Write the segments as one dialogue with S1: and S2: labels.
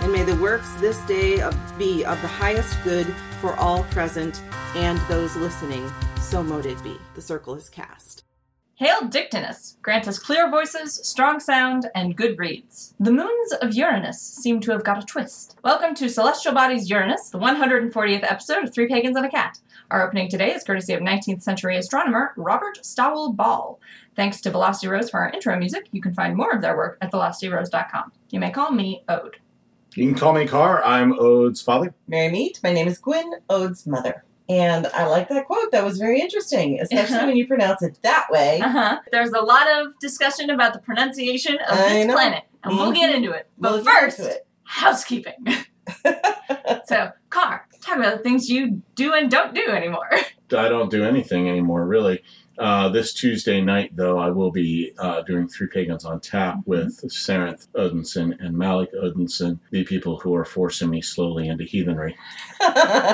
S1: And may the works this day of, be of the highest good for all present and those listening. So mote it be. The circle is cast.
S2: Hail Dictinus! Grant us clear voices, strong sound, and good reads. The moons of Uranus seem to have got a twist. Welcome to Celestial Bodies Uranus, the 140th episode of Three Pagans and a Cat. Our opening today is courtesy of 19th century astronomer Robert Stowell Ball. Thanks to Velocity Rose for our intro music. You can find more of their work at velocityrose.com. You may call me Ode.
S3: You can call me Carr. I'm Ode's father.
S4: Mary Meet. My name is Gwyn, Ode's mother. And I like that quote. That was very interesting, especially
S2: Uh-huh.
S4: when you pronounce it that way.
S2: Uh huh. There's a lot of discussion about the pronunciation of
S4: I
S2: this
S4: know.
S2: planet, and we'll
S4: Mhm.
S2: get into it. But
S4: We'll get
S2: first,
S4: into it.
S2: housekeeping. so, Car, talk about the things you do and don't do anymore.
S5: I don't do anything anymore, really. Uh, this Tuesday night, though, I will be uh, doing Three Pagans on Tap with Sarenth Odinson and Malik Odinson, the people who are forcing me slowly into heathenry.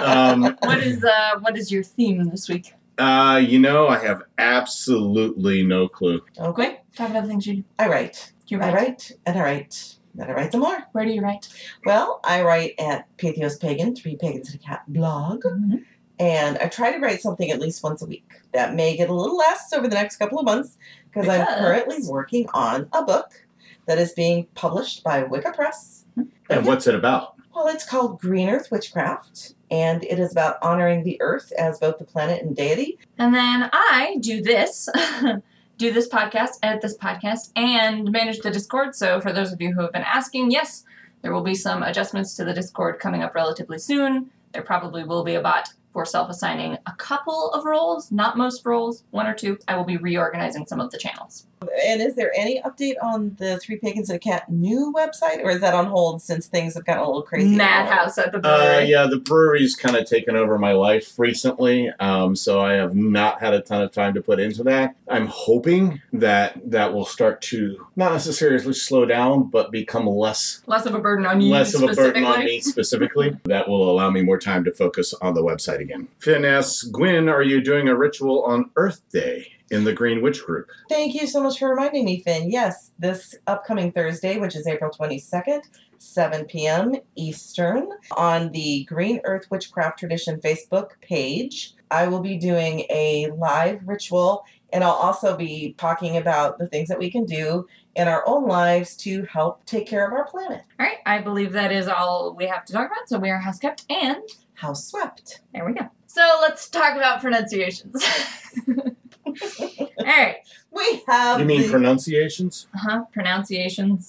S5: Um,
S2: What is uh, what is your theme this week?
S5: uh, you know, I have absolutely no clue.
S4: okay.
S2: Gwen, talk about the things you do.
S4: I write.
S2: You
S4: I
S2: write.
S4: write. And I write. And I write some more.
S2: Where do you write?
S4: Well, I write at Pathos Pagan, Three Pagans and a Cat blog.
S2: Mm-hmm.
S4: And I try to write something at least once a week. That may get a little less over the next couple of months because I'm
S2: Because-
S4: currently working on a book that is being published by Wicca Press.
S5: And what's it about?
S4: Well, it's called Green Earth Witchcraft, and it is about honoring the earth as both the planet and deity.
S2: And then I do this, do this podcast, edit this podcast, and manage the Discord. So, for those of you who have been asking, yes, there will be some adjustments to the Discord coming up relatively soon. There probably will be a bot for self assigning a couple of roles, not most roles, one or two. I will be reorganizing some of the channels.
S4: And is there any update on the Three Pagans and a Cat new website, or is that on hold since things have gotten a little crazy?
S2: Madhouse at the
S5: Uh,
S2: brewery.
S5: yeah, the brewery's kind of taken over my life recently, um, so I have not had a ton of time to put into that. I'm hoping that that will start to not necessarily slow down, but become less
S2: Less of a burden on you
S5: less of a burden on
S2: specifically.
S5: me specifically. that will allow me more time to focus on the website again. Finn asks Gwyn, "Are you doing a ritual on Earth Day in the Green Witch Group?"
S4: Thank you so much for reminding me, Finn. Yes, this upcoming Thursday, which is April 22nd, 7 p.m. Eastern, on the Green Earth Witchcraft Tradition Facebook page, I will be doing a live ritual and I'll also be talking about the things that we can do in our own lives to help take care of our planet.
S2: All right, I believe that is all we have to talk about. So we are house kept, and
S4: House swept.
S2: there we go. So let's talk about pronunciations. all right,
S4: We have
S5: You mean
S4: the
S5: pronunciations?
S2: uh huh, pronunciations.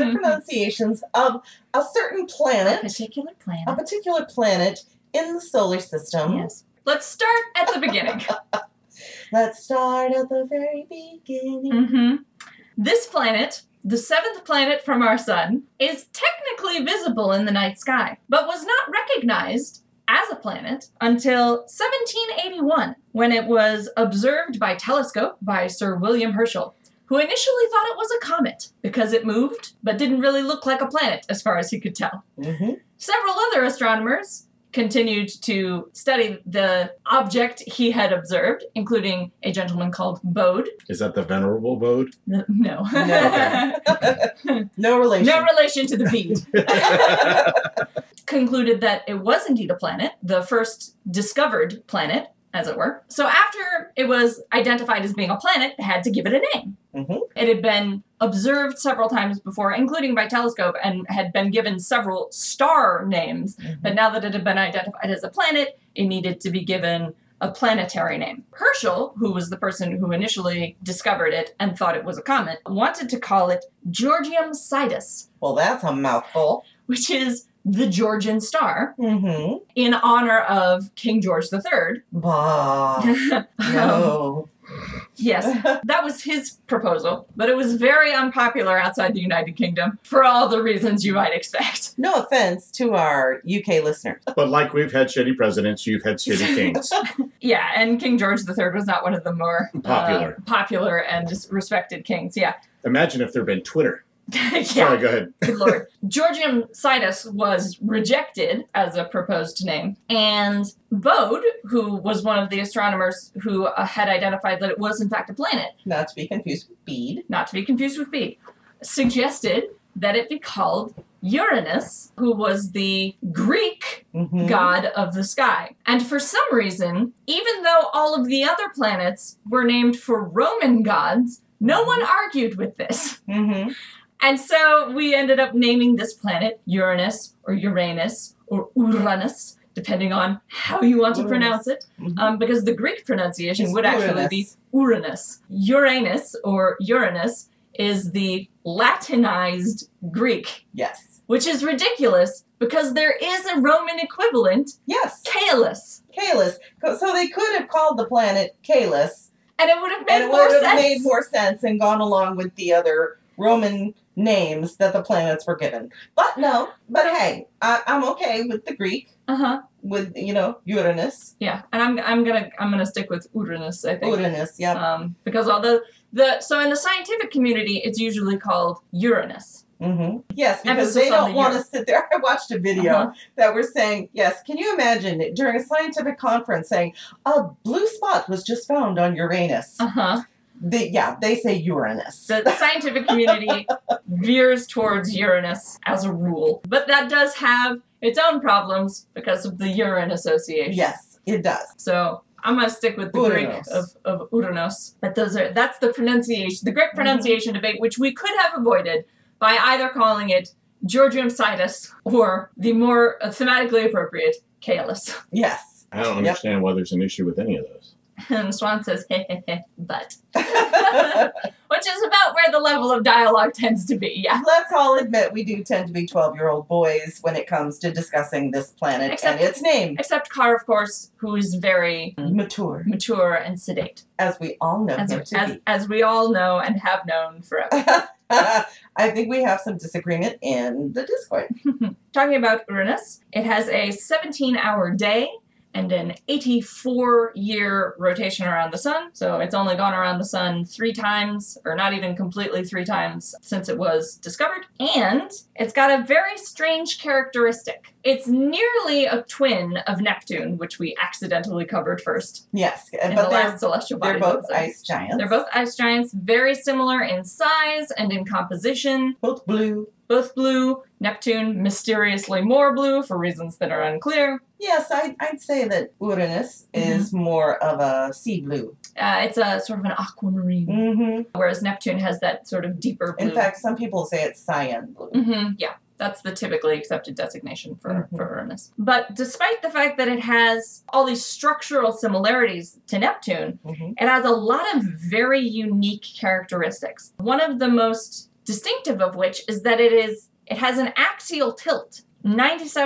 S4: or pronunciations of a certain
S2: A
S4: planet,
S2: particular plan.
S4: a particular planet in the solar system.
S2: Yes. Let's start at the beginning.
S4: Let's start at the very beginning.
S2: hmm This planet, the seventh planet from our sun, is technically visible in the night sky, but was not recognized as a planet until 1781, when it was observed by telescope by Sir William Herschel, who initially thought it was a comet because it moved but didn't really look like a planet as far as he could tell.
S4: Mhm.
S2: Several other astronomers continued to study the object he had observed, including a gentleman called Bode.
S5: Is that the venerable Bode?
S2: No. No,
S4: No. Mm-hmm. No relation.
S2: No relation to the bead. Concluded that it was indeed a planet, the first discovered planet, as it were. So after it was identified as being a planet, they had to give it a name.
S4: Mhm.
S2: It had been observed several times before, including by telescope, and had been given several star names.
S4: Mhm.
S2: But now that it had been identified as a planet, it needed to be given a planetary name. Herschel, who was the person who initially discovered it and thought it was a comet, wanted to call it Georgium Sidus,
S4: well, that's a mouthful.
S2: which is the Georgian star,
S4: hmm
S2: in honor of King George III.
S4: Bah.
S2: Um,
S4: No.
S2: Yes. That was his proposal, but it was very unpopular outside the United Kingdom for all the reasons you might expect.
S4: no offense to our UK listeners.
S5: But like we've had shitty presidents, you've had shitty kings.
S2: Yeah, and King George III was not one of the more uh,
S5: Popular.
S2: popular and respected kings. Yeah.
S5: Imagine if there'd been Twitter.
S2: yeah.
S5: Sorry, go ahead.
S2: Good lord. Georgium Sidus was rejected as a proposed name. And Bode, who was one of the astronomers who uh, had identified that it was in fact a planet,
S4: Not to be confused with bead.
S2: not to be confused with Bede, suggested that it be called Uranus, who was the Greek
S5: Hmm?
S4: Mhm.
S2: god of the sky. And for some reason, even though all of the other planets were named for Roman gods,
S5: Hmm?
S2: no one argued with this.
S4: Mhm.
S2: And so we ended up naming this planet Uranus or Uranus or Uranus, depending on how you want to
S4: Uranus.
S2: pronounce it,
S4: Mhm.
S2: um, because the Greek pronunciation
S4: It's
S2: would actually be Uranus. Uranus or Uranus is the Latinized Greek,
S4: Yes.
S2: which is ridiculous because there is a Roman equivalent,
S4: Yes.
S2: Caelus.
S4: Caelus. So they could have called the planet Caelus
S2: And it would have
S4: and
S2: made
S4: it
S2: more
S4: would have
S2: sense.
S4: made more sense and gone along with the other Roman names that the planets were given. But no, but hey, I, I'm okay with the Greek,
S2: uh-huh.
S4: with you know Uranus,
S2: Yeah. And I'm I'm gonna I'm gonna stick with Uranus, I think.
S4: Uranus. Yeah.
S2: um, because although the so in the scientific community it's usually called Uranus.
S4: hmm Yes, because
S2: Emphasis
S4: they
S2: on
S4: don't
S2: the
S4: want to
S2: Uranus.
S4: sit there. I watched a video
S2: Uh-huh.
S4: that were saying, yes, can you imagine it during a scientific conference saying a blue spot was just found on Uranus?
S2: Uh huh.
S4: They, yeah, they say Uranus.
S2: So the scientific community veers towards Uranus as a rule, but that does have its own problems because of the urine association.
S4: yes, it does.
S2: So I'm gonna stick with the
S4: Uranus.
S2: Greek of, of Uranus. But those are that's the pronunciation, the Greek pronunciation debate, which we could have avoided by either calling it Georgium Sidus or the more uh, thematically appropriate Caelus.
S4: Yes.
S5: I don't
S4: Yep.
S5: understand why there's an issue with any of those.
S2: And Swan says, hey, hey, hey, but. Which is about where the level of dialogue tends to be, yeah.
S4: Let's all admit we do tend to be 12 year old boys when it comes to discussing this planet
S2: Except-
S4: and its name.
S2: Except Carr, of course, who is very
S4: Mature,
S2: mature and sedate,
S4: as we all know
S2: as,
S4: him to
S2: as, as we all know and have known forever.
S4: be. I think we have some disagreement in the Discord.
S2: Talking about Uranus, it has a 17 hour day and an 84 year rotation around the sun. So it's only gone around the sun three times, or not even completely three times, since it was discovered. And it's got a very strange characteristic. It's nearly a twin of Neptune, which we accidentally covered first
S4: Yes, uh,
S2: in
S4: but
S2: the
S4: they're,
S2: last celestial body.
S4: they're both
S2: episode.
S4: ice giants.
S2: They're both ice giants, very similar in size and in composition
S4: both blue.
S2: both blue. Neptune mysteriously more blue for reasons that are unclear.
S4: Yes, I, I'd say that Uranus
S2: Mm-hmm.
S4: is more of a sea blue.
S2: Uh, it's a sort of an aquamarine,
S4: Mm-hmm.
S2: whereas Neptune has that sort of deeper blue.
S4: In fact, some people say it's cyan blue.
S2: hmm yeah, that's the typically accepted designation for,
S4: Mhm.
S2: for Uranus. But despite the fact that it has all these structural similarities to Neptune,
S4: Mhm.
S2: It has a lot of very unique characteristics. One of the most distinctive of which is that it is it has an axial tilt,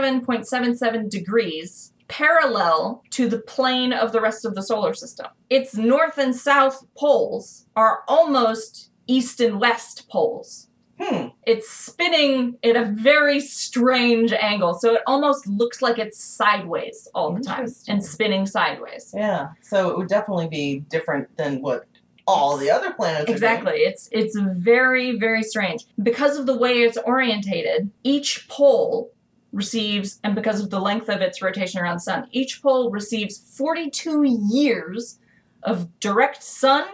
S2: 97.77 degrees parallel to the plane of the rest of the solar system. Its north and south poles are almost east and west poles.
S4: Hmm.
S2: It's spinning at a very strange angle, so it almost looks like it's sideways all the time
S4: Interesting.
S2: and spinning sideways.
S4: Yeah, so it would definitely be different than what all the other planets
S2: Exactly. It's it's very very strange because of the way it's orientated. Each pole receives, and because of the length of its rotation around the sun, each pole receives 42 years of direct sun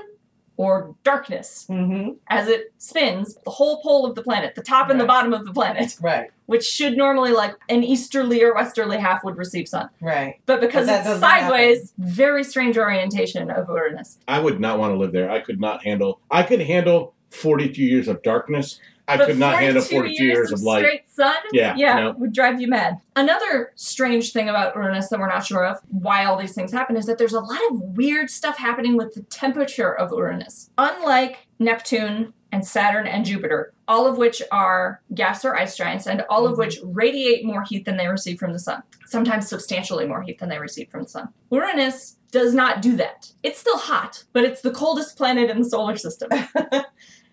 S2: or darkness
S4: are doing.
S2: as it spins the whole pole of the planet, the top and the
S4: Right.
S2: bottom of the planet,
S4: hmm Right,
S2: which should normally like an easterly or westerly half would receive sun,
S4: right.
S2: but because
S4: that
S2: it's
S4: doesn't
S2: sideways, very strange orientation of Uranus.
S5: I would not want to live there. I could not handle. I could handle 42 years of darkness. I
S2: But
S5: could not handle 42 years, of light.
S2: Straight sun?
S5: Yeah,
S2: Yeah,
S5: no.
S2: would drive you mad. Another strange thing about Uranus that we're not sure of why all these things happen is that there's a lot of weird stuff happening with the temperature of Uranus. Unlike Neptune and Saturn and Jupiter, all of which are gas or ice giants, and all
S5: Mm-hmm.
S2: of which radiate more heat than they receive from the sun, sometimes substantially more heat than they receive from the sun. Uranus does not do that. It's still hot, but it's the coldest planet in the solar system.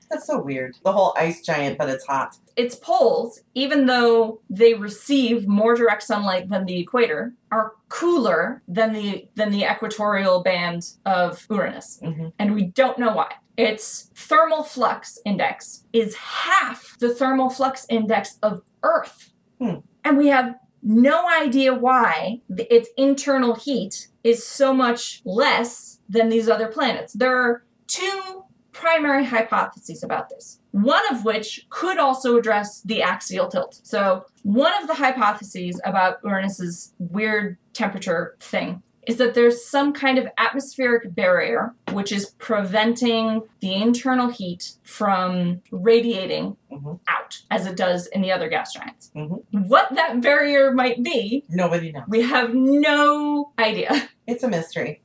S4: That's so weird. The whole ice giant, but it's hot.
S2: its poles, even though they receive more direct sunlight than the equator, are cooler than the than the equatorial band of Uranus.
S4: Mhm.
S2: And we don't know why. Its thermal flux index is half the thermal flux index of Earth.
S4: Hmm.
S2: And we have no idea why th- its internal heat is so much less than these other planets. There are two primary hypotheses about this, one of which could also address the axial tilt. So, one of the hypotheses about Uranus's weird temperature thing is that there's some kind of atmospheric barrier which is preventing the internal heat from radiating
S4: Mhm.
S2: out as it does in the other gas giants.
S4: Mhm.
S2: What that barrier might be,
S4: Nobody knows.
S2: we have no idea.
S4: It's a mystery.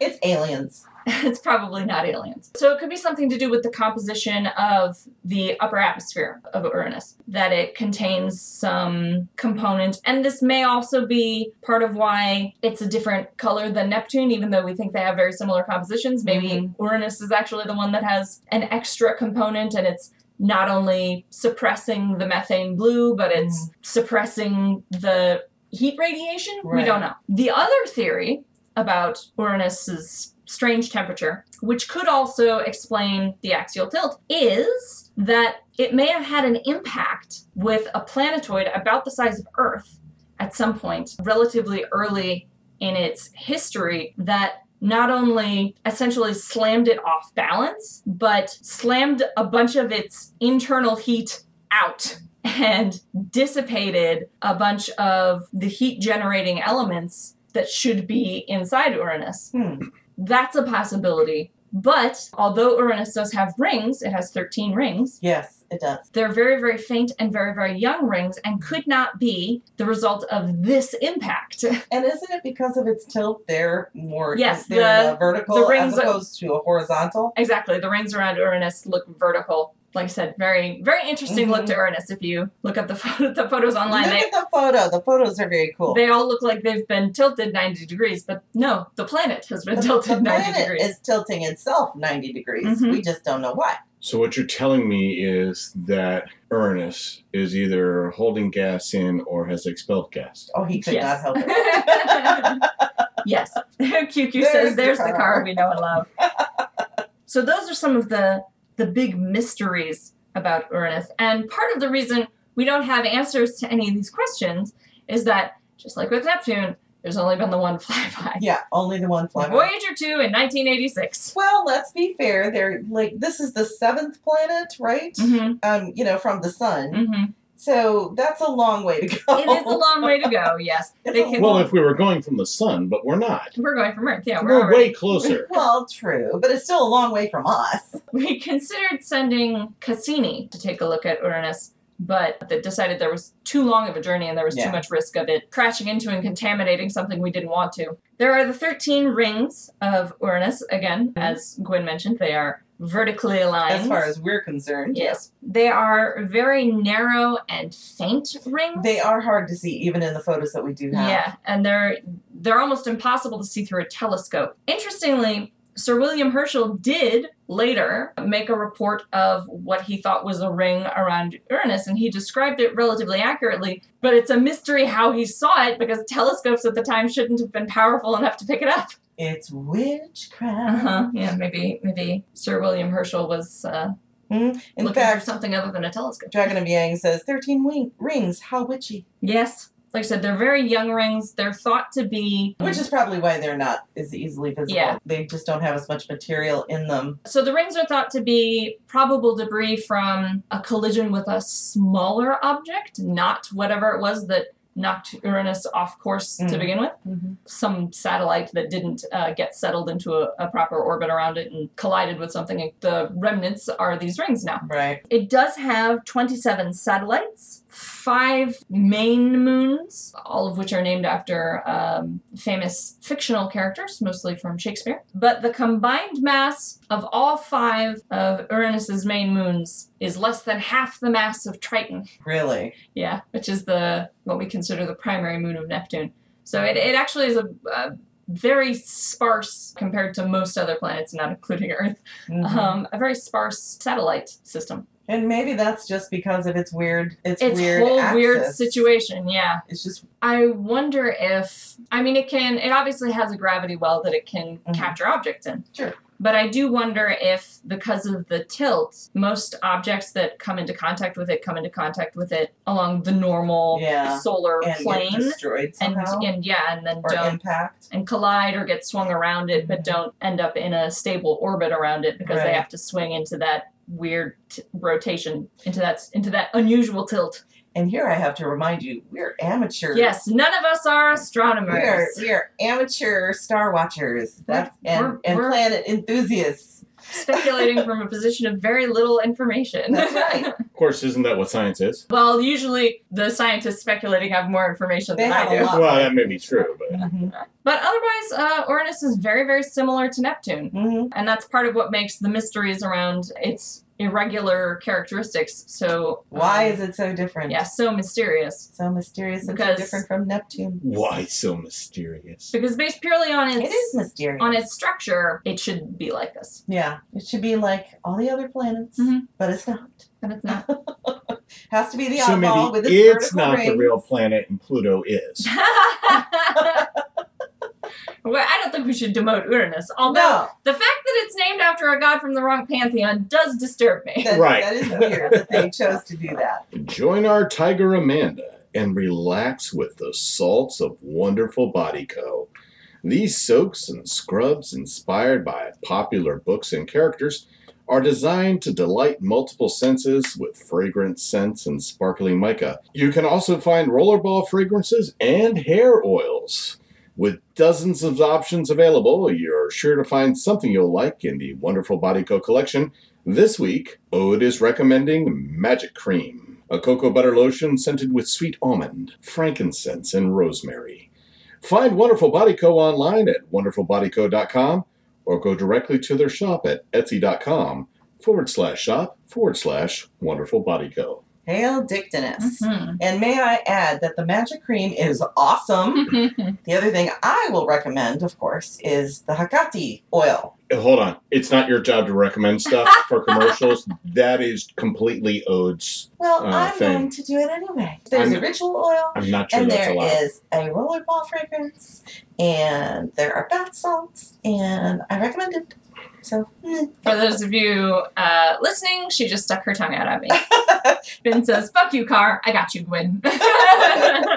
S4: It's aliens.
S2: it's probably not aliens. So it could be something to do with the composition of the upper atmosphere of Uranus, that it contains some component. And this may also be part of why it's a different color than Neptune, even though we think they have very similar compositions. Maybe
S4: Mhm.
S2: Uranus is actually the one that has an extra component and it's not only suppressing the methane blue, but it's suppressing the heat radiation. We
S4: Right.
S2: don't know. The other theory about Uranus's strange temperature, which could also explain the axial tilt, is that it may have had an impact with a planetoid about the size of Earth at some point, relatively early in its history, that not only essentially slammed it off balance, but slammed a bunch of its internal heat out and dissipated a bunch of the heat generating elements that should be inside Uranus.
S4: Hmm.
S2: That's a possibility. But although Uranus does have rings, it has 13 rings,
S4: Yes, it does.
S2: they're very, very faint and very, very young rings and could not be the result of this impact.
S4: And isn't it because of its tilt? They're more
S2: Yes,
S4: they're
S2: the-
S4: in a vertical
S2: the rings
S4: as
S2: are-
S4: opposed to a horizontal.
S2: exactly. The rings around Uranus look vertical. Like I said, very, very interesting look to Uranus if you look up the, pho- the photos online.
S4: Look
S2: They,
S4: at the photo. The photos are very cool.
S2: they all look like they've been tilted 90 degrees, but no, the planet has
S4: the,
S2: been tilted
S4: the
S2: 90
S4: planet
S2: degrees.
S4: is tilting itself 90 degrees.
S2: Mhm.
S4: We just don't know why.
S5: So what you're telling me is that Uranus is either holding gas in or has expelled gas.
S4: Oh, he could
S2: Yes.
S4: not help it.
S2: yes. QQ
S4: There's
S2: says
S4: the
S2: there's the
S4: car."
S2: car we know and love. so those are some of the the big mysteries about Uranus. And part of the reason we don't have answers to any of these questions is that just like with Neptune, there's only been the one flyby.
S4: Yeah, only the one flyby.
S2: Voyager 2 in 1986.
S4: Well, let's be fair. They're like this is the seventh planet, right?
S2: Mhm,
S4: Um, you know, from the sun.
S2: mhm.
S4: So that's a long way to go.
S2: It is a long way to go, yes.
S4: It's
S2: They
S4: a
S2: can,
S5: Well, if we were going from the sun, but we're not.
S2: we're going from Earth. Yeah, we're,
S5: We're
S2: already-
S5: way closer.
S4: Well, true, but it's still a long way from us.
S2: We considered sending Cassini to take a look at Uranus, but they decided there was too long of a journey and there was
S4: Yeah.
S2: too much risk of it crashing into and contaminating something we didn't want to. There are the 13 rings of Uranus. Again, as Gwen mentioned, they are vertically aligned.
S4: Mm-hmm. As far as we're concerned,
S2: Yes. They are very narrow and faint rings.
S4: they are hard to see even in the photos that we do have.
S2: Yeah, and they're they're almost impossible to see through a telescope. Interestingly, Sir William Herschel did later make a report of what he thought was a ring around Uranus, and he described it relatively accurately. But it's a mystery how he saw it because telescopes at the time shouldn't have been powerful enough to pick it up.
S4: It's witchcraft.
S2: Uh-huh. Yeah, maybe maybe Sir William Herschel was uh,
S4: In
S2: looking for
S4: fact,
S2: something other than a telescope.
S4: Dragon of Yang says thirteen wing- rings. How witchy?
S2: Mm-hmm. Yes. Like I said, they're very young rings. They're thought to be
S4: Which is probably why they're not as easily visible.
S2: Yeah.
S4: They just don't have as much material in them.
S2: So the rings are thought to be probable debris from a collision with a smaller object, not whatever it was that knocked Uranus off course to
S4: Mm.
S2: begin with. Some satellite that didn't uh, get settled into a, a proper orbit around it and collided with something. The remnants are these rings now.
S4: Right.
S2: It does have 27 satellites, five main moons, all of which are named after um, famous fictional characters, mostly from Shakespeare. But the combined mass of all five of Uranus's main moons is less than half the mass of Triton.
S4: Really?
S2: Yeah, which is the what we consider the primary moon of Neptune. So it, it actually is a, a very sparse compared to most other planets, not including Earth,
S4: Mhm.
S2: um, a very sparse satellite system.
S4: and maybe that's just because of its weird, its,
S2: It's
S4: weird
S2: whole weird
S4: axis.
S2: situation, yeah.
S4: It's just
S2: I wonder if I mean it can it obviously has a gravity well that it can
S4: Mhm.
S2: capture objects in.
S4: Sure.
S2: But I do wonder if because of the tilt, most objects that come into contact with it come into contact with it along the normal
S4: Yeah.
S2: solar
S4: and get
S2: plane
S4: destroyed
S2: and
S4: somehow
S2: and yeah, and then
S4: or
S2: don't
S4: impact.
S2: and collide or get swung around it but
S4: Mhm.
S2: don't end up in a stable orbit around it because they
S4: Right.
S2: have to swing into that weird t- rotation into that into that unusual tilt.
S4: And here I have to remind you, we're amateurs.
S2: Yes, none of us are
S4: We
S2: astronomers.
S4: are, we are amateur star watchers That's, and,
S2: we're-
S4: and
S2: we're-
S4: planet enthusiasts.
S2: speculating from a position of very little information.
S4: That's right.
S5: Of course, isn't that what science is?
S2: well, usually the scientists speculating have more information
S4: They
S2: than I
S4: have a
S2: do.
S4: lot.
S5: Well, that may be true, but
S4: Mhm.
S2: But otherwise, uh, Uranus is very, very similar to Neptune.
S4: Mhm.
S2: And that's part of what makes the mysteries around its irregular characteristics so.
S4: Why
S2: um,
S4: is it so different?
S2: Yeah, so mysterious.
S4: So mysterious and so
S2: Because-
S4: different from Neptune.
S5: why so mysterious?
S2: Because based purely on
S4: It is
S2: its.
S4: mysterious.
S2: on its structure, it should be like this,
S4: yeah, it should be like all the other planets,
S2: Mhm.
S4: but it's not.
S2: but it's not.
S4: Has to be the
S5: so
S4: oddball with
S5: maybe
S4: its,
S5: it's
S4: vertical
S5: not the
S4: ring.
S5: real planet, and Pluto is.
S2: well, I don't think we should demote Uranus. Although
S4: No,
S2: The fact that it's named after a god from the wrong pantheon does disturb me.
S4: that,
S5: Right.
S4: that is weird that they chose to do that.
S3: Join our tiger Amanda and relax with the salts of Wonderful Body Co. These soaks and scrubs, inspired by popular books and characters, are designed to delight multiple senses with fragrant scents and sparkling mica. You can also find rollerball fragrances and hair oils. With dozens of options available, you're sure to find something you'll like in the Wonderful Body Co collection. This week, Ode is recommending Magic Cream, a cocoa butter lotion scented with sweet almond, frankincense, and rosemary. Find Wonderful Body Co. online at wonderfulbodyco.com or go directly to their shop at etsy.com forward slash shop forward slash Wonderful Body Co.
S4: Hail Dictinus.
S2: Mhm.
S4: And may I add that the magic cream is awesome. the other thing I will recommend, of course, is the Hakati oil.
S3: Eh,
S5: Uh, Hold on, it's not your job to recommend stuff for commercials. That is completely Ode's.
S4: Well,
S5: Oh,
S4: I'm
S5: thank-
S4: going to do it anyway. There's
S5: I'm-
S4: a ritual oil,
S5: I'm not sure
S4: and
S5: that's
S4: there
S5: allowed.
S4: is a rollerball fragrance, and there are bath salts, and I recommend it. So, mm.
S2: For those of you uh, listening, she just stuck her tongue out at me. ben says, "Fuck you, car. I got you, Gwen."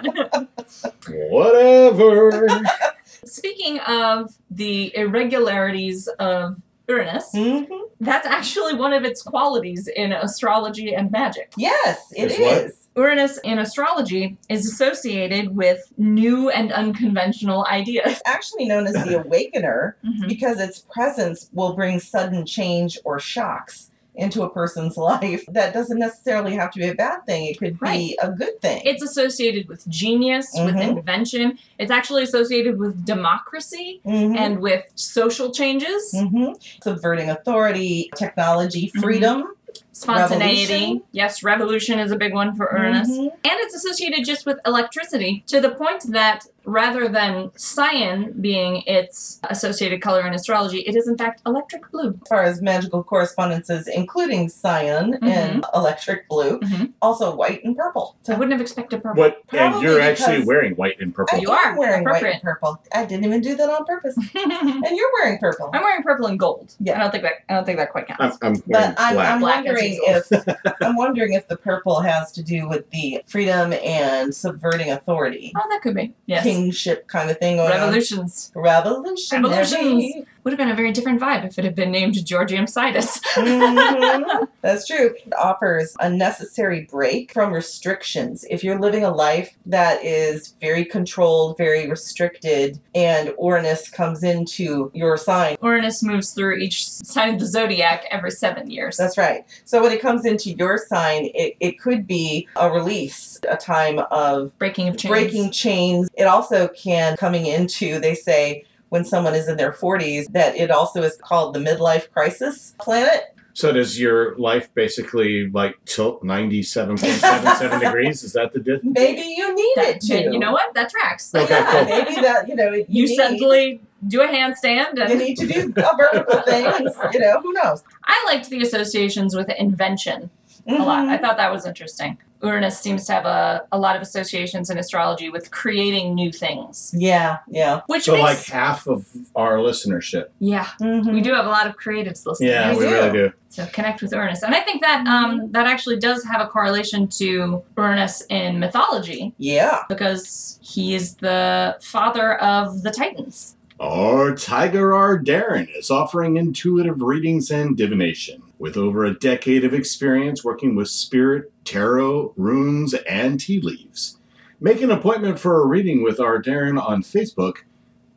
S5: Whatever.
S2: Speaking of the irregularities of Uranus,
S4: Mhm.
S5: Mm-hmm.
S2: that's actually one of its qualities in astrology and magic.
S4: yes, it
S5: Is what?
S4: is.
S2: Uranus in astrology is associated with new and unconventional ideas.
S4: Actually known as the awakener.
S2: Mhm.
S4: because its presence will bring sudden change or shocks into a person's life. That doesn't necessarily have to be a bad thing, it could
S2: Right.
S4: be a good thing.
S2: It's associated with genius, with
S4: Mhm.
S2: invention. It's actually associated with democracy
S4: Mhm.
S2: and with social changes,
S4: Mhm. subverting authority, technology,
S2: Mm-hmm.
S4: freedom,
S2: spontaneity.
S4: Revolution.
S2: Yes, revolution is a big one for Uranus.
S4: Mhm.
S2: And it's associated just with electricity to the point that rather than cyan being its associated color in astrology, it is in fact electric blue.
S4: As far as magical correspondences, including cyan
S2: Mm-hmm.
S4: and electric blue,
S2: Mhm.
S4: also white and purple.
S2: I wouldn't have expected purple.
S5: what? And you're
S4: Probably
S5: actually
S4: because-
S5: wearing white and
S4: I
S5: purple.
S2: You
S4: am
S2: are.
S4: wearing white
S2: Appropriate.
S4: and purple. I didn't even do that on purpose.
S2: I'm
S4: and you're wearing purple.
S2: wearing purple and gold.
S4: Yeah.
S2: I don't think that I don't think that quite
S5: I'm,
S2: counts.
S5: I'm wearing
S4: But I'm,
S5: black.
S4: I'm
S2: Black as
S4: wondering if I'm wondering if the purple has to do with the freedom and subverting authority,
S2: oh, that could be. Yes.
S4: kingship kind of thing, or
S2: Revolutions.
S4: revolution,
S2: Revolutions. Would have been a very different vibe if it had been named Georgium Sidus. Mm-hmm.
S4: Mhm. That's true. It offers a necessary break from restrictions. If you're living a life that is very controlled, very restricted, and Uranus comes into your sign,
S2: Uranus moves through each sign of the zodiac every seven years.
S4: that's right. So when it comes into your sign, it, it could be a release, a time of
S2: breaking of chains.
S4: breaking chains. It also can coming into they say when someone is in their 40s that it also is called the midlife crisis planet.
S5: So does your life basically like tilt ninety seven point seven seven degrees? Is that the difference?
S4: Maybe you need
S2: That-
S4: it to.
S2: You know what? That tracks.
S5: Okay,
S4: yeah,
S5: cool.
S4: maybe that you know you,
S2: You
S4: need,
S2: suddenly do a handstand
S4: you
S2: and
S4: need to do a vertical things. You know who knows
S2: I liked the associations with invention a
S4: Mm-hmm.
S2: lot. I thought that was interesting. Uranus seems to have a, a lot of associations in astrology with creating new things.
S4: yeah, yeah.
S2: Which
S5: So like
S2: makes
S5: half of our listenership.
S2: Yeah.
S4: Mm-hmm.
S2: We do have a lot of creatives listening.
S5: Yeah,
S4: You
S5: we
S4: do.
S5: really do.
S2: So connect with Uranus. And I think that
S4: Mm-hmm.
S2: um, that actually does have a correlation to Uranus in mythology
S4: Yeah,
S2: because he is the father of the Titans.
S3: Our Tiger R. Darren is offering intuitive readings and divination. With over a decade of experience working with spirit, tarot, runes, and tea leaves. Make an appointment for a reading with our Darren on Facebook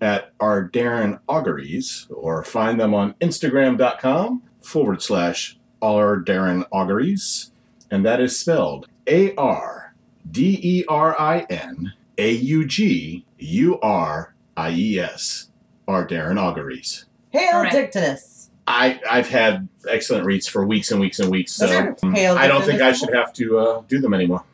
S3: at our Darren Auguries or find them on Instagram.com forward slash our Darren Auguries. And that is spelled A R D E R I N A U G U R I E S are Darren Auguries.
S4: hail
S2: Correct.
S4: Dictinus.
S5: I I've had excellent reads for weeks and weeks and weeks. So um,
S4: Sure. Hail
S5: I don't think I
S4: Dictinus.
S5: should have to uh, do them anymore.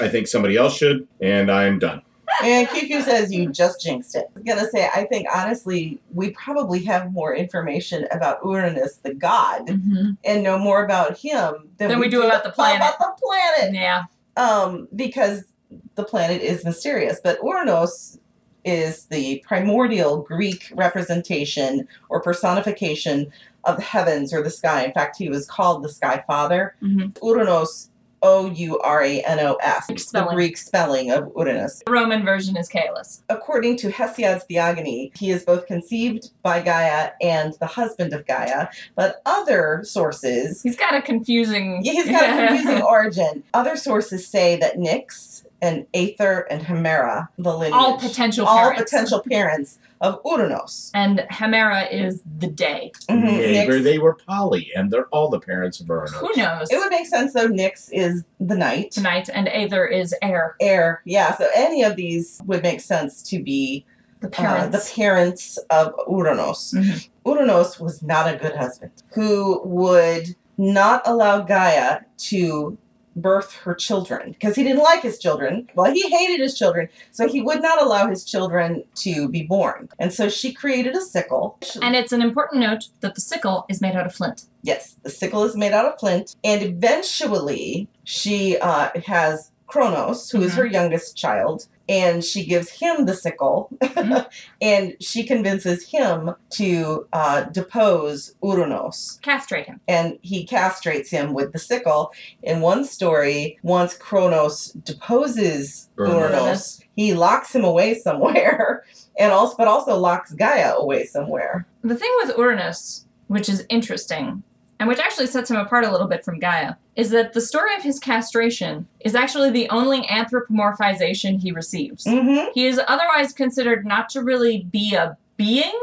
S5: I think somebody else should, and I'm done.
S4: And QQ says you just jinxed it. I was gonna say I think honestly we probably have more information about Uranus the god and know more about him than
S2: Than we do about the
S4: About the planet.
S2: Yeah.
S4: um, because the planet is mysterious. But Uranos is the primordial Greek representation or personification of the heavens or the sky. In fact, he was called the Sky Father.
S2: Mhm.
S4: Uranos, O U R A N O S,
S2: Greek
S4: the
S2: spelling.
S4: Greek spelling of Uranus.
S2: The Roman version is Caelus.
S4: According to Hesiod's Theogony, he is both conceived by Gaia and the husband of Gaia. But other sources
S2: He's got a confusing.
S4: yeah, he's got a confusing origin. Other sources say that Nyx and Aether and Hemera, the lineage,
S2: all potential
S4: all
S2: parents.
S4: potential parents of Uranus.
S2: And Hemera is the day.
S4: Mhm,
S5: Maybe
S4: Nyx-
S5: they were poly, and they're all the parents of Uranus.
S2: Who knows?
S4: It would make sense though. Nyx is the night,
S2: Tonight, and Aether is air.
S4: air. Yeah, so any of these would make sense to be
S2: The
S4: uh,
S2: parents.
S4: the parents of Uranus.
S2: Mhm.
S4: Uranus was not a good husband who would not allow Gaia to birth her children because he didn't like his children. Well, he hated his children, so he would not allow his children to be born. And so she created a sickle.
S2: and it's an important note that the sickle is made out of flint.
S4: Yes, the sickle is made out of flint. And eventually, she uh, has Kronos, who is her youngest child, and she gives him the sickle.
S2: Mhm.
S4: and she convinces him to uh, depose Uranus.
S2: Castrate him.
S4: And he castrates him with the sickle. In one story, once Kronos deposes
S5: Uranus.
S4: Uranus, he locks him away somewhere. And also, but also locks Gaia away somewhere.
S2: The thing with Uranus, which is interesting, and which actually sets him apart a little bit from Gaia, is that the story of his castration is actually the only anthropomorphization he receives.
S4: Mm-hmm.
S2: He is otherwise considered not to really be a being,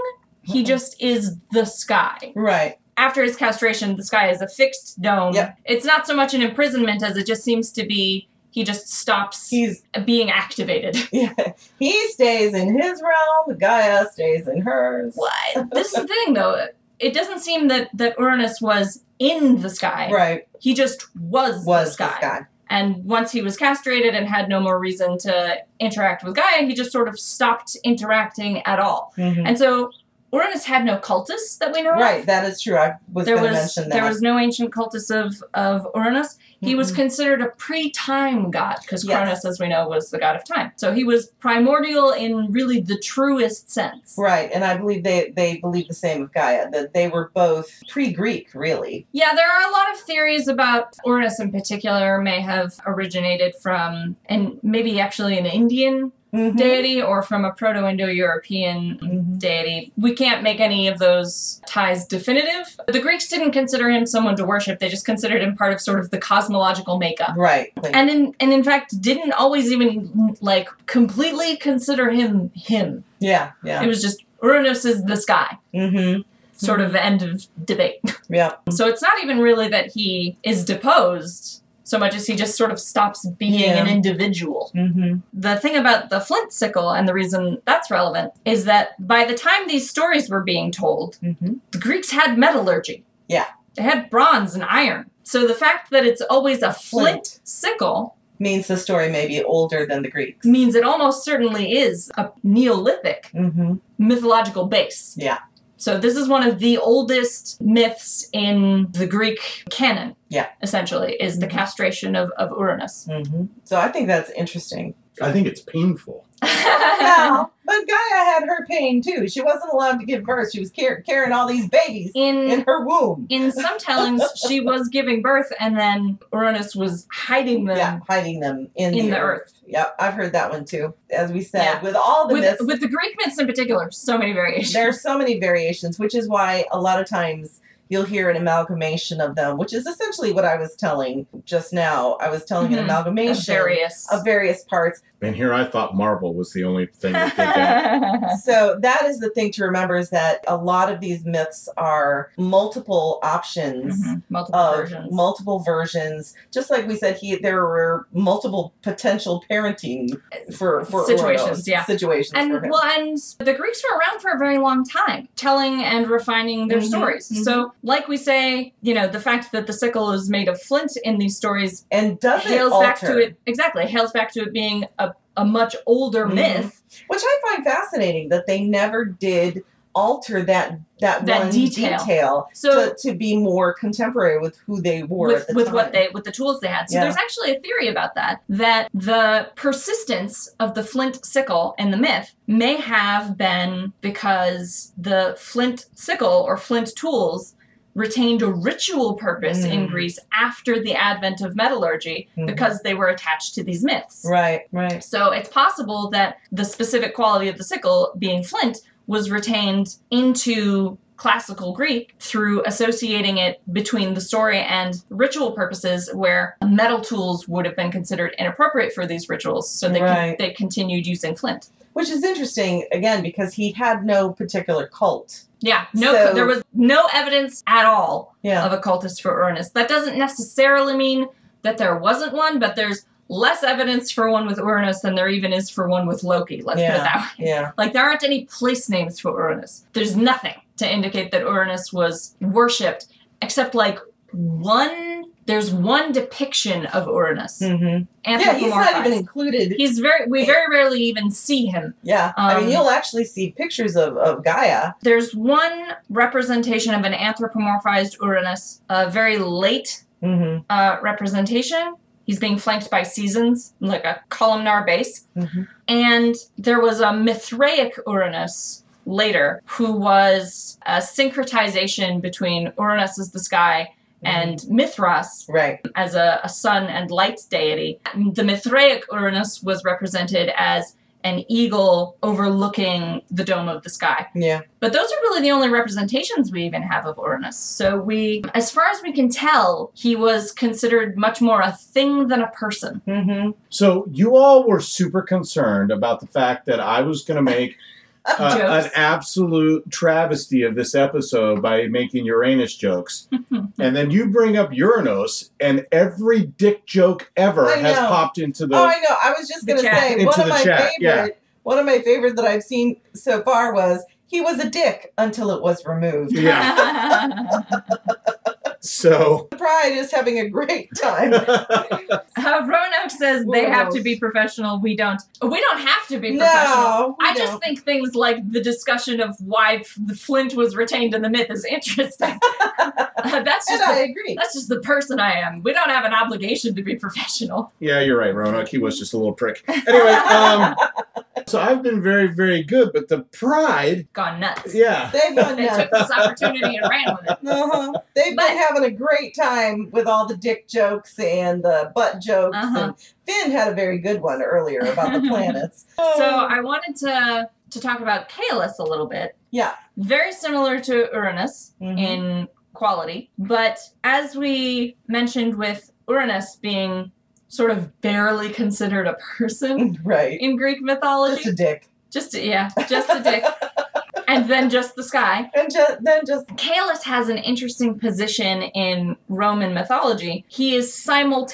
S2: he
S4: Mhm.
S2: just is the sky.
S4: Right.
S2: After his castration, the sky is a fixed dome.
S4: Yep.
S2: It's not so much an imprisonment as it just seems to be he just stops
S4: He's
S2: being activated.
S4: Yeah. He stays in his realm, Gaia stays in hers.
S2: What? this is the thing, though. It doesn't seem that that Uranus was in the sky.
S4: Right.
S2: He just was,
S4: Was
S2: the sky.
S4: this guy.
S2: And once he was castrated and had no more reason to interact with Gaia, he just sort of stopped interacting at all.
S4: Mhm.
S2: Mm-hmm. And so Uranus had no cultists that we know of.
S4: Right, that is true. I was
S2: There
S4: going to
S2: was
S4: mention that.
S2: there was no ancient cultus of of Uranus. He was
S4: Mhm.
S2: considered a pre-time god because
S4: Yes.
S2: Cronus, as we know, was the god of time. So he was primordial in really the truest sense.
S4: Right, and I believe they, they believe the same of Gaia, that they were both pre Greek, really.
S2: Yeah, there are a lot of theories about Uranus in particular may have originated from, and maybe actually an Indian
S4: Mhm.
S2: deity or from a Proto Indo European
S4: Mhm.
S2: deity. We can't make any of those ties definitive. The Greeks didn't consider him someone to worship, they just considered him part of sort of the cosmological makeup.
S4: Right.
S2: And in and in fact didn't always even like completely consider him him.
S4: yeah.
S2: It
S4: Yeah.
S2: was just Uranus is the sky.
S4: Mm-hmm.
S2: Sort of end of debate.
S4: Yep.
S2: So it's not even really that he is deposed so much as he just sort of stops being
S4: Yeah.
S2: an individual.
S4: Mm-hmm.
S2: The thing about the flint sickle and the reason that's relevant is that by the time these stories were being told,
S4: Mm-hmm.
S2: the Greeks had metallurgy.
S4: Yeah.
S2: They had bronze and iron. So the fact that it's always a flint,
S4: Flint.
S2: sickle
S4: Means the story may be older than the Greeks.
S2: means it almost certainly is a Neolithic
S4: Mm-hmm.
S2: mythological base.
S4: Yeah.
S2: So this is one of the oldest myths in the Greek canon.
S4: Yeah.
S2: Essentially, is the
S4: Mhm.
S2: castration of, of Uranus.
S4: Mm-hmm. So I think that's interesting.
S5: I think it's painful.
S4: Well, but Gaia had her pain too. She wasn't allowed to give birth. She was car- carrying all these babies in
S2: in
S4: her womb.
S2: in some tellings, she was giving birth and then Uranus was hiding them
S4: Yeah, hiding them in,
S2: in the,
S4: the
S2: earth.
S4: Yep, I've heard that one too. As we said,
S2: Yeah.
S4: with all the
S2: With,
S4: myths,
S2: with the Greek myths in particular, so many variations.
S4: there are so many variations, which is why a lot of times you'll hear an amalgamation of them, which is essentially what I was telling just now. I was telling
S2: Mhm.
S4: an amalgamation
S2: Various.
S4: of various parts.
S5: And here I thought Marvel was the only thing that did that.
S4: so that is the thing to remember is that a lot of these myths are multiple options.
S2: Mhm. Multiple
S4: Of
S2: versions.
S4: multiple versions, just like we said, he there were multiple potential parenting for, for
S2: Situations,
S4: Ornos,
S2: yeah.
S4: situations for
S2: and
S4: him.
S2: well, and the Greeks were around for a very long time, telling and refining their
S4: Mhm,
S2: stories. So, like we say, you know, the fact that the sickle is made of flint in these stories
S4: and doesn't
S2: hails
S4: alter,
S2: back to it exactly hails back to it being a, a much older
S4: Mhm.
S2: myth.
S4: which I find fascinating that they never did alter that that,
S2: That
S4: one
S2: detail. So,
S4: to, to be more contemporary with who they were
S2: with,
S4: at the
S2: with
S4: time.
S2: what they with the tools they had. So
S4: Yeah.
S2: there's actually a theory about that that the persistence of the flint sickle in the myth may have been because the flint sickle or flint tools retained a ritual purpose in
S4: Mm.
S2: Greece after the advent of metallurgy
S4: Mhm.
S2: because they were attached to these myths.
S4: right right
S2: So it's possible that the specific quality of the sickle being flint was retained into classical Greek through associating it between the story and ritual purposes where metal tools would have been considered inappropriate for these rituals so they con-
S4: Right.
S2: they continued using flint.
S4: which is interesting again because he had no particular cult
S2: Yeah, no
S4: So-
S2: there was no evidence at all
S4: yeah
S2: of a cultist for Uranus. That doesn't necessarily mean that there wasn't one, but there's less evidence for one with Uranus than there even is for one with Loki. Let's put it
S4: Yeah.
S2: that way.
S4: yeah
S2: Like there aren't any place names for Uranus. There's nothing to indicate that Uranus was worshipped except like one there's one depiction of Uranus.
S4: hmm yeah he's
S2: Anthropomorphized.
S4: not even included
S2: He's very we very rarely even see him.
S4: yeah I
S2: Um,
S4: mean you'll actually see pictures of, of Gaia
S2: There's one representation of an anthropomorphized Uranus, a very late
S4: mm-hmm.
S2: uh, representation. He's being flanked by seasons, like a columnar base.
S4: Mm-hmm.
S2: And there was a Mithraic Uranus later, who was a syncretization between Uranus as the sky and Mithras
S4: right
S2: as a, a sun and light deity. The Mithraic Uranus was represented as an eagle overlooking the dome of the sky.
S4: yeah
S2: But those are really the only representations we even have of Uranus. So we as far as we can tell, he was considered much more a thing than a person.
S4: mm-hmm.
S5: So you all were super concerned about the fact that I was going to make uh,
S2: Jokes.
S5: an absolute travesty of this episode by making Uranus jokes, and then you bring up Uranus, and every dick joke ever
S4: I
S5: has
S4: know.
S5: popped into the.
S4: oh, I know. I was just
S2: the
S4: gonna
S2: chat.
S4: say
S5: Into
S4: one of
S5: the
S4: my
S5: chat,
S4: favorite.
S5: yeah.
S4: One of my favorite that I've seen so far was he was a dick until it was removed.
S5: yeah. So
S4: The Pride is having a great time.
S2: Uh, Roanoke says they have to be
S4: Gross.
S2: professional. We don't. We don't have to be professional.
S4: no, we
S2: I just
S4: don't.
S2: think things like the discussion of why f- the Flint was retained in the myth is interesting. Uh, that's
S4: and
S2: just
S4: I
S2: the,
S4: agree.
S2: that's just the person I am. We don't have an obligation to be professional.
S5: yeah, you're right, Roanoke. He was just a little prick. Anyway, um,
S2: it.
S3: So I've been very, very good, but the pride,
S2: Gone nuts.
S3: yeah.
S4: They've gone
S2: They
S4: nuts.
S2: took this opportunity and ran with it.
S4: Uh-huh. They've
S2: But-
S4: been having a great time with all the dick jokes and the butt jokes.
S2: Uh-huh.
S4: And Finn had a very good one earlier about the planets.
S2: So I wanted to to talk about Kalis a little bit.
S4: Yeah.
S2: Very similar to Uranus
S4: Mhm.
S2: in quality, but as we mentioned with Uranus being sort of barely considered a person
S4: right.
S2: in Greek mythology,
S4: Just a dick.
S2: Mm-hmm. just a, yeah, just a dick, and then just the sky.
S4: And ju- then just,
S2: Calus has an interesting position in Roman mythology. He is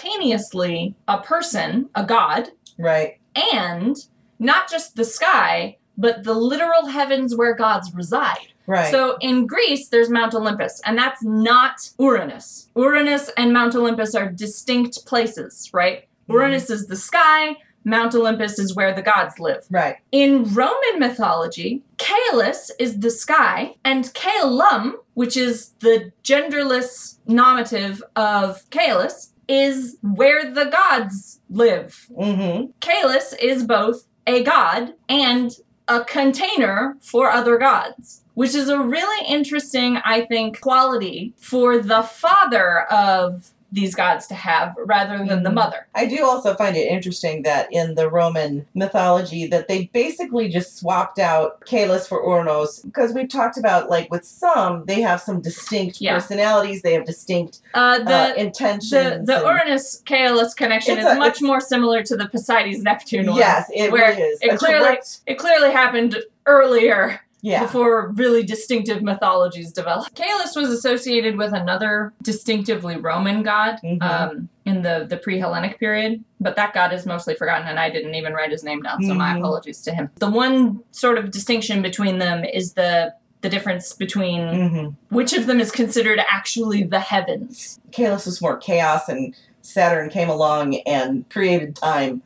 S2: simultaneously a person, a god,
S4: right.
S2: and not just the sky, but the literal heavens where gods reside.
S4: Right.
S2: So in Greece, there's Mount Olympus, and that's not Uranus. Uranus and Mount Olympus are distinct places, right? Uranus is the sky, Mount Olympus is where the gods live.
S4: right.
S2: In Roman mythology, Caelus is the sky, and Caelum, which is the genderless nominative of Caelus, is where the gods live.
S4: Mm-hmm.
S2: Kalis is both a god and a container for other gods, which is a really interesting, I think, quality for the father of these gods to have rather than the
S4: Mhm.
S2: mother.
S4: I do also find it interesting that in the Roman mythology that they basically just swapped out Caelus for Ornos because we've talked about like with some they have some distinct
S2: Yeah.
S4: personalities, they have distinct
S2: Uh, the
S4: uh, intentions.
S2: the, the
S4: and-
S2: Uranus Caelus connection
S4: It's
S2: is
S4: a-
S2: much
S4: it's-
S2: more similar to the Poseides Neptune one.
S4: Yes, it
S2: where
S4: really is.
S2: it
S4: A
S2: clearly-
S4: direct-
S2: It clearly happened earlier
S4: yeah.
S2: before really distinctive mythologies developed. Caelus was associated with another distinctively Roman god
S4: Mhm.
S2: um, in the, the pre Hellenic period, but that god is mostly forgotten, and I didn't even write his name down, so my
S4: Mhm.
S2: apologies to him. The one sort of distinction between them is the the difference between
S4: hmm
S2: which of them is considered actually the heavens.
S4: Caelus was more chaos, and Saturn came along and created time.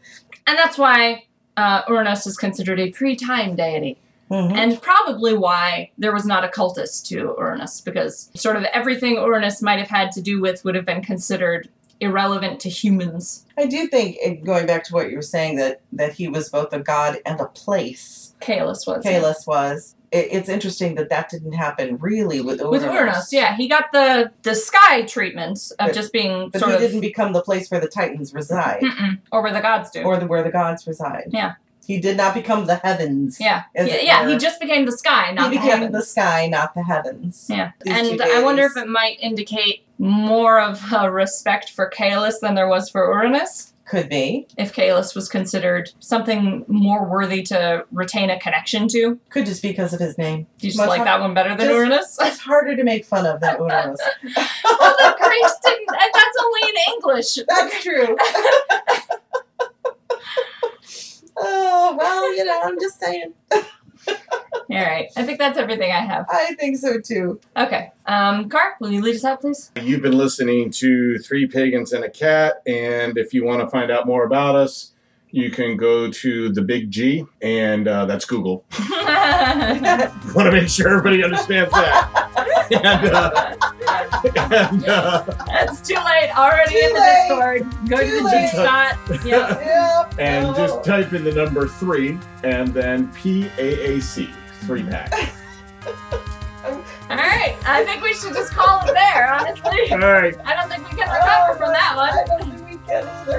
S2: And that's why uh, Uranus is considered a pre time deity.
S4: Mhm.
S2: and probably why there was not a cultist to Uranus, because sort of everything Uranus might have had to do with would have been considered irrelevant to humans.
S4: I do think, eh, going back to what you were saying, that that he was both a god and a place.
S2: Caelus was.
S4: Caelus was. It, it's interesting that that didn't happen really with Uranus.
S2: With Uranus, yeah, he got the the sky treatment of
S4: But-
S2: just being
S4: But
S2: sort
S4: he
S2: of
S4: didn't become the place where the Titans reside
S2: Mm-mm, or where the gods do.
S4: or the, where the gods reside.
S2: Hmm. Yeah.
S4: He did not become the heavens.
S2: yeah,
S4: as
S2: yeah,
S4: it
S2: yeah,
S4: were.
S2: he just became the sky,
S4: He
S2: not the
S4: became
S2: heavens.
S4: the sky, not the heavens.
S2: Yeah,
S4: These
S2: and
S4: two
S2: I wonder if
S4: days.
S2: it might indicate more of a respect for Caelus than there was for Uranus.
S4: Could be.
S2: If Caelus was considered something more worthy to retain a connection to,
S4: Could just be because of his name.
S2: Do you just
S4: Much
S2: like
S4: har-
S2: that one better than
S4: just-
S2: Uranus?
S4: It's harder to make fun of than Uranus.
S2: well, Oh, the Greeks didn't. and That's only in English.
S4: That's true. oh, well, you know, I'm just saying.
S2: All right. I think that's everything I have.
S4: I think so too.
S2: Okay. Um, Car, will you lead us out, please?
S3: You've been listening to Three Pagans and a Cat, and if you want to find out more about us, you can go to the big G, and uh, that's Google. want to make sure everybody understands that. and, uh, and, uh,
S2: That's too late. Already
S4: Too
S2: in the
S4: late.
S2: Discord. Go
S4: Too
S2: to the G
S4: late.
S2: spot. Yeah.
S4: Yep.
S3: and
S4: Oh.
S3: just type in the number three and then P A A C, three pack.
S2: All right. I think we should just call it there. Honestly,
S3: All right.
S2: I don't think we can
S4: Oh,
S2: recover from that one.
S4: I don't think we can either.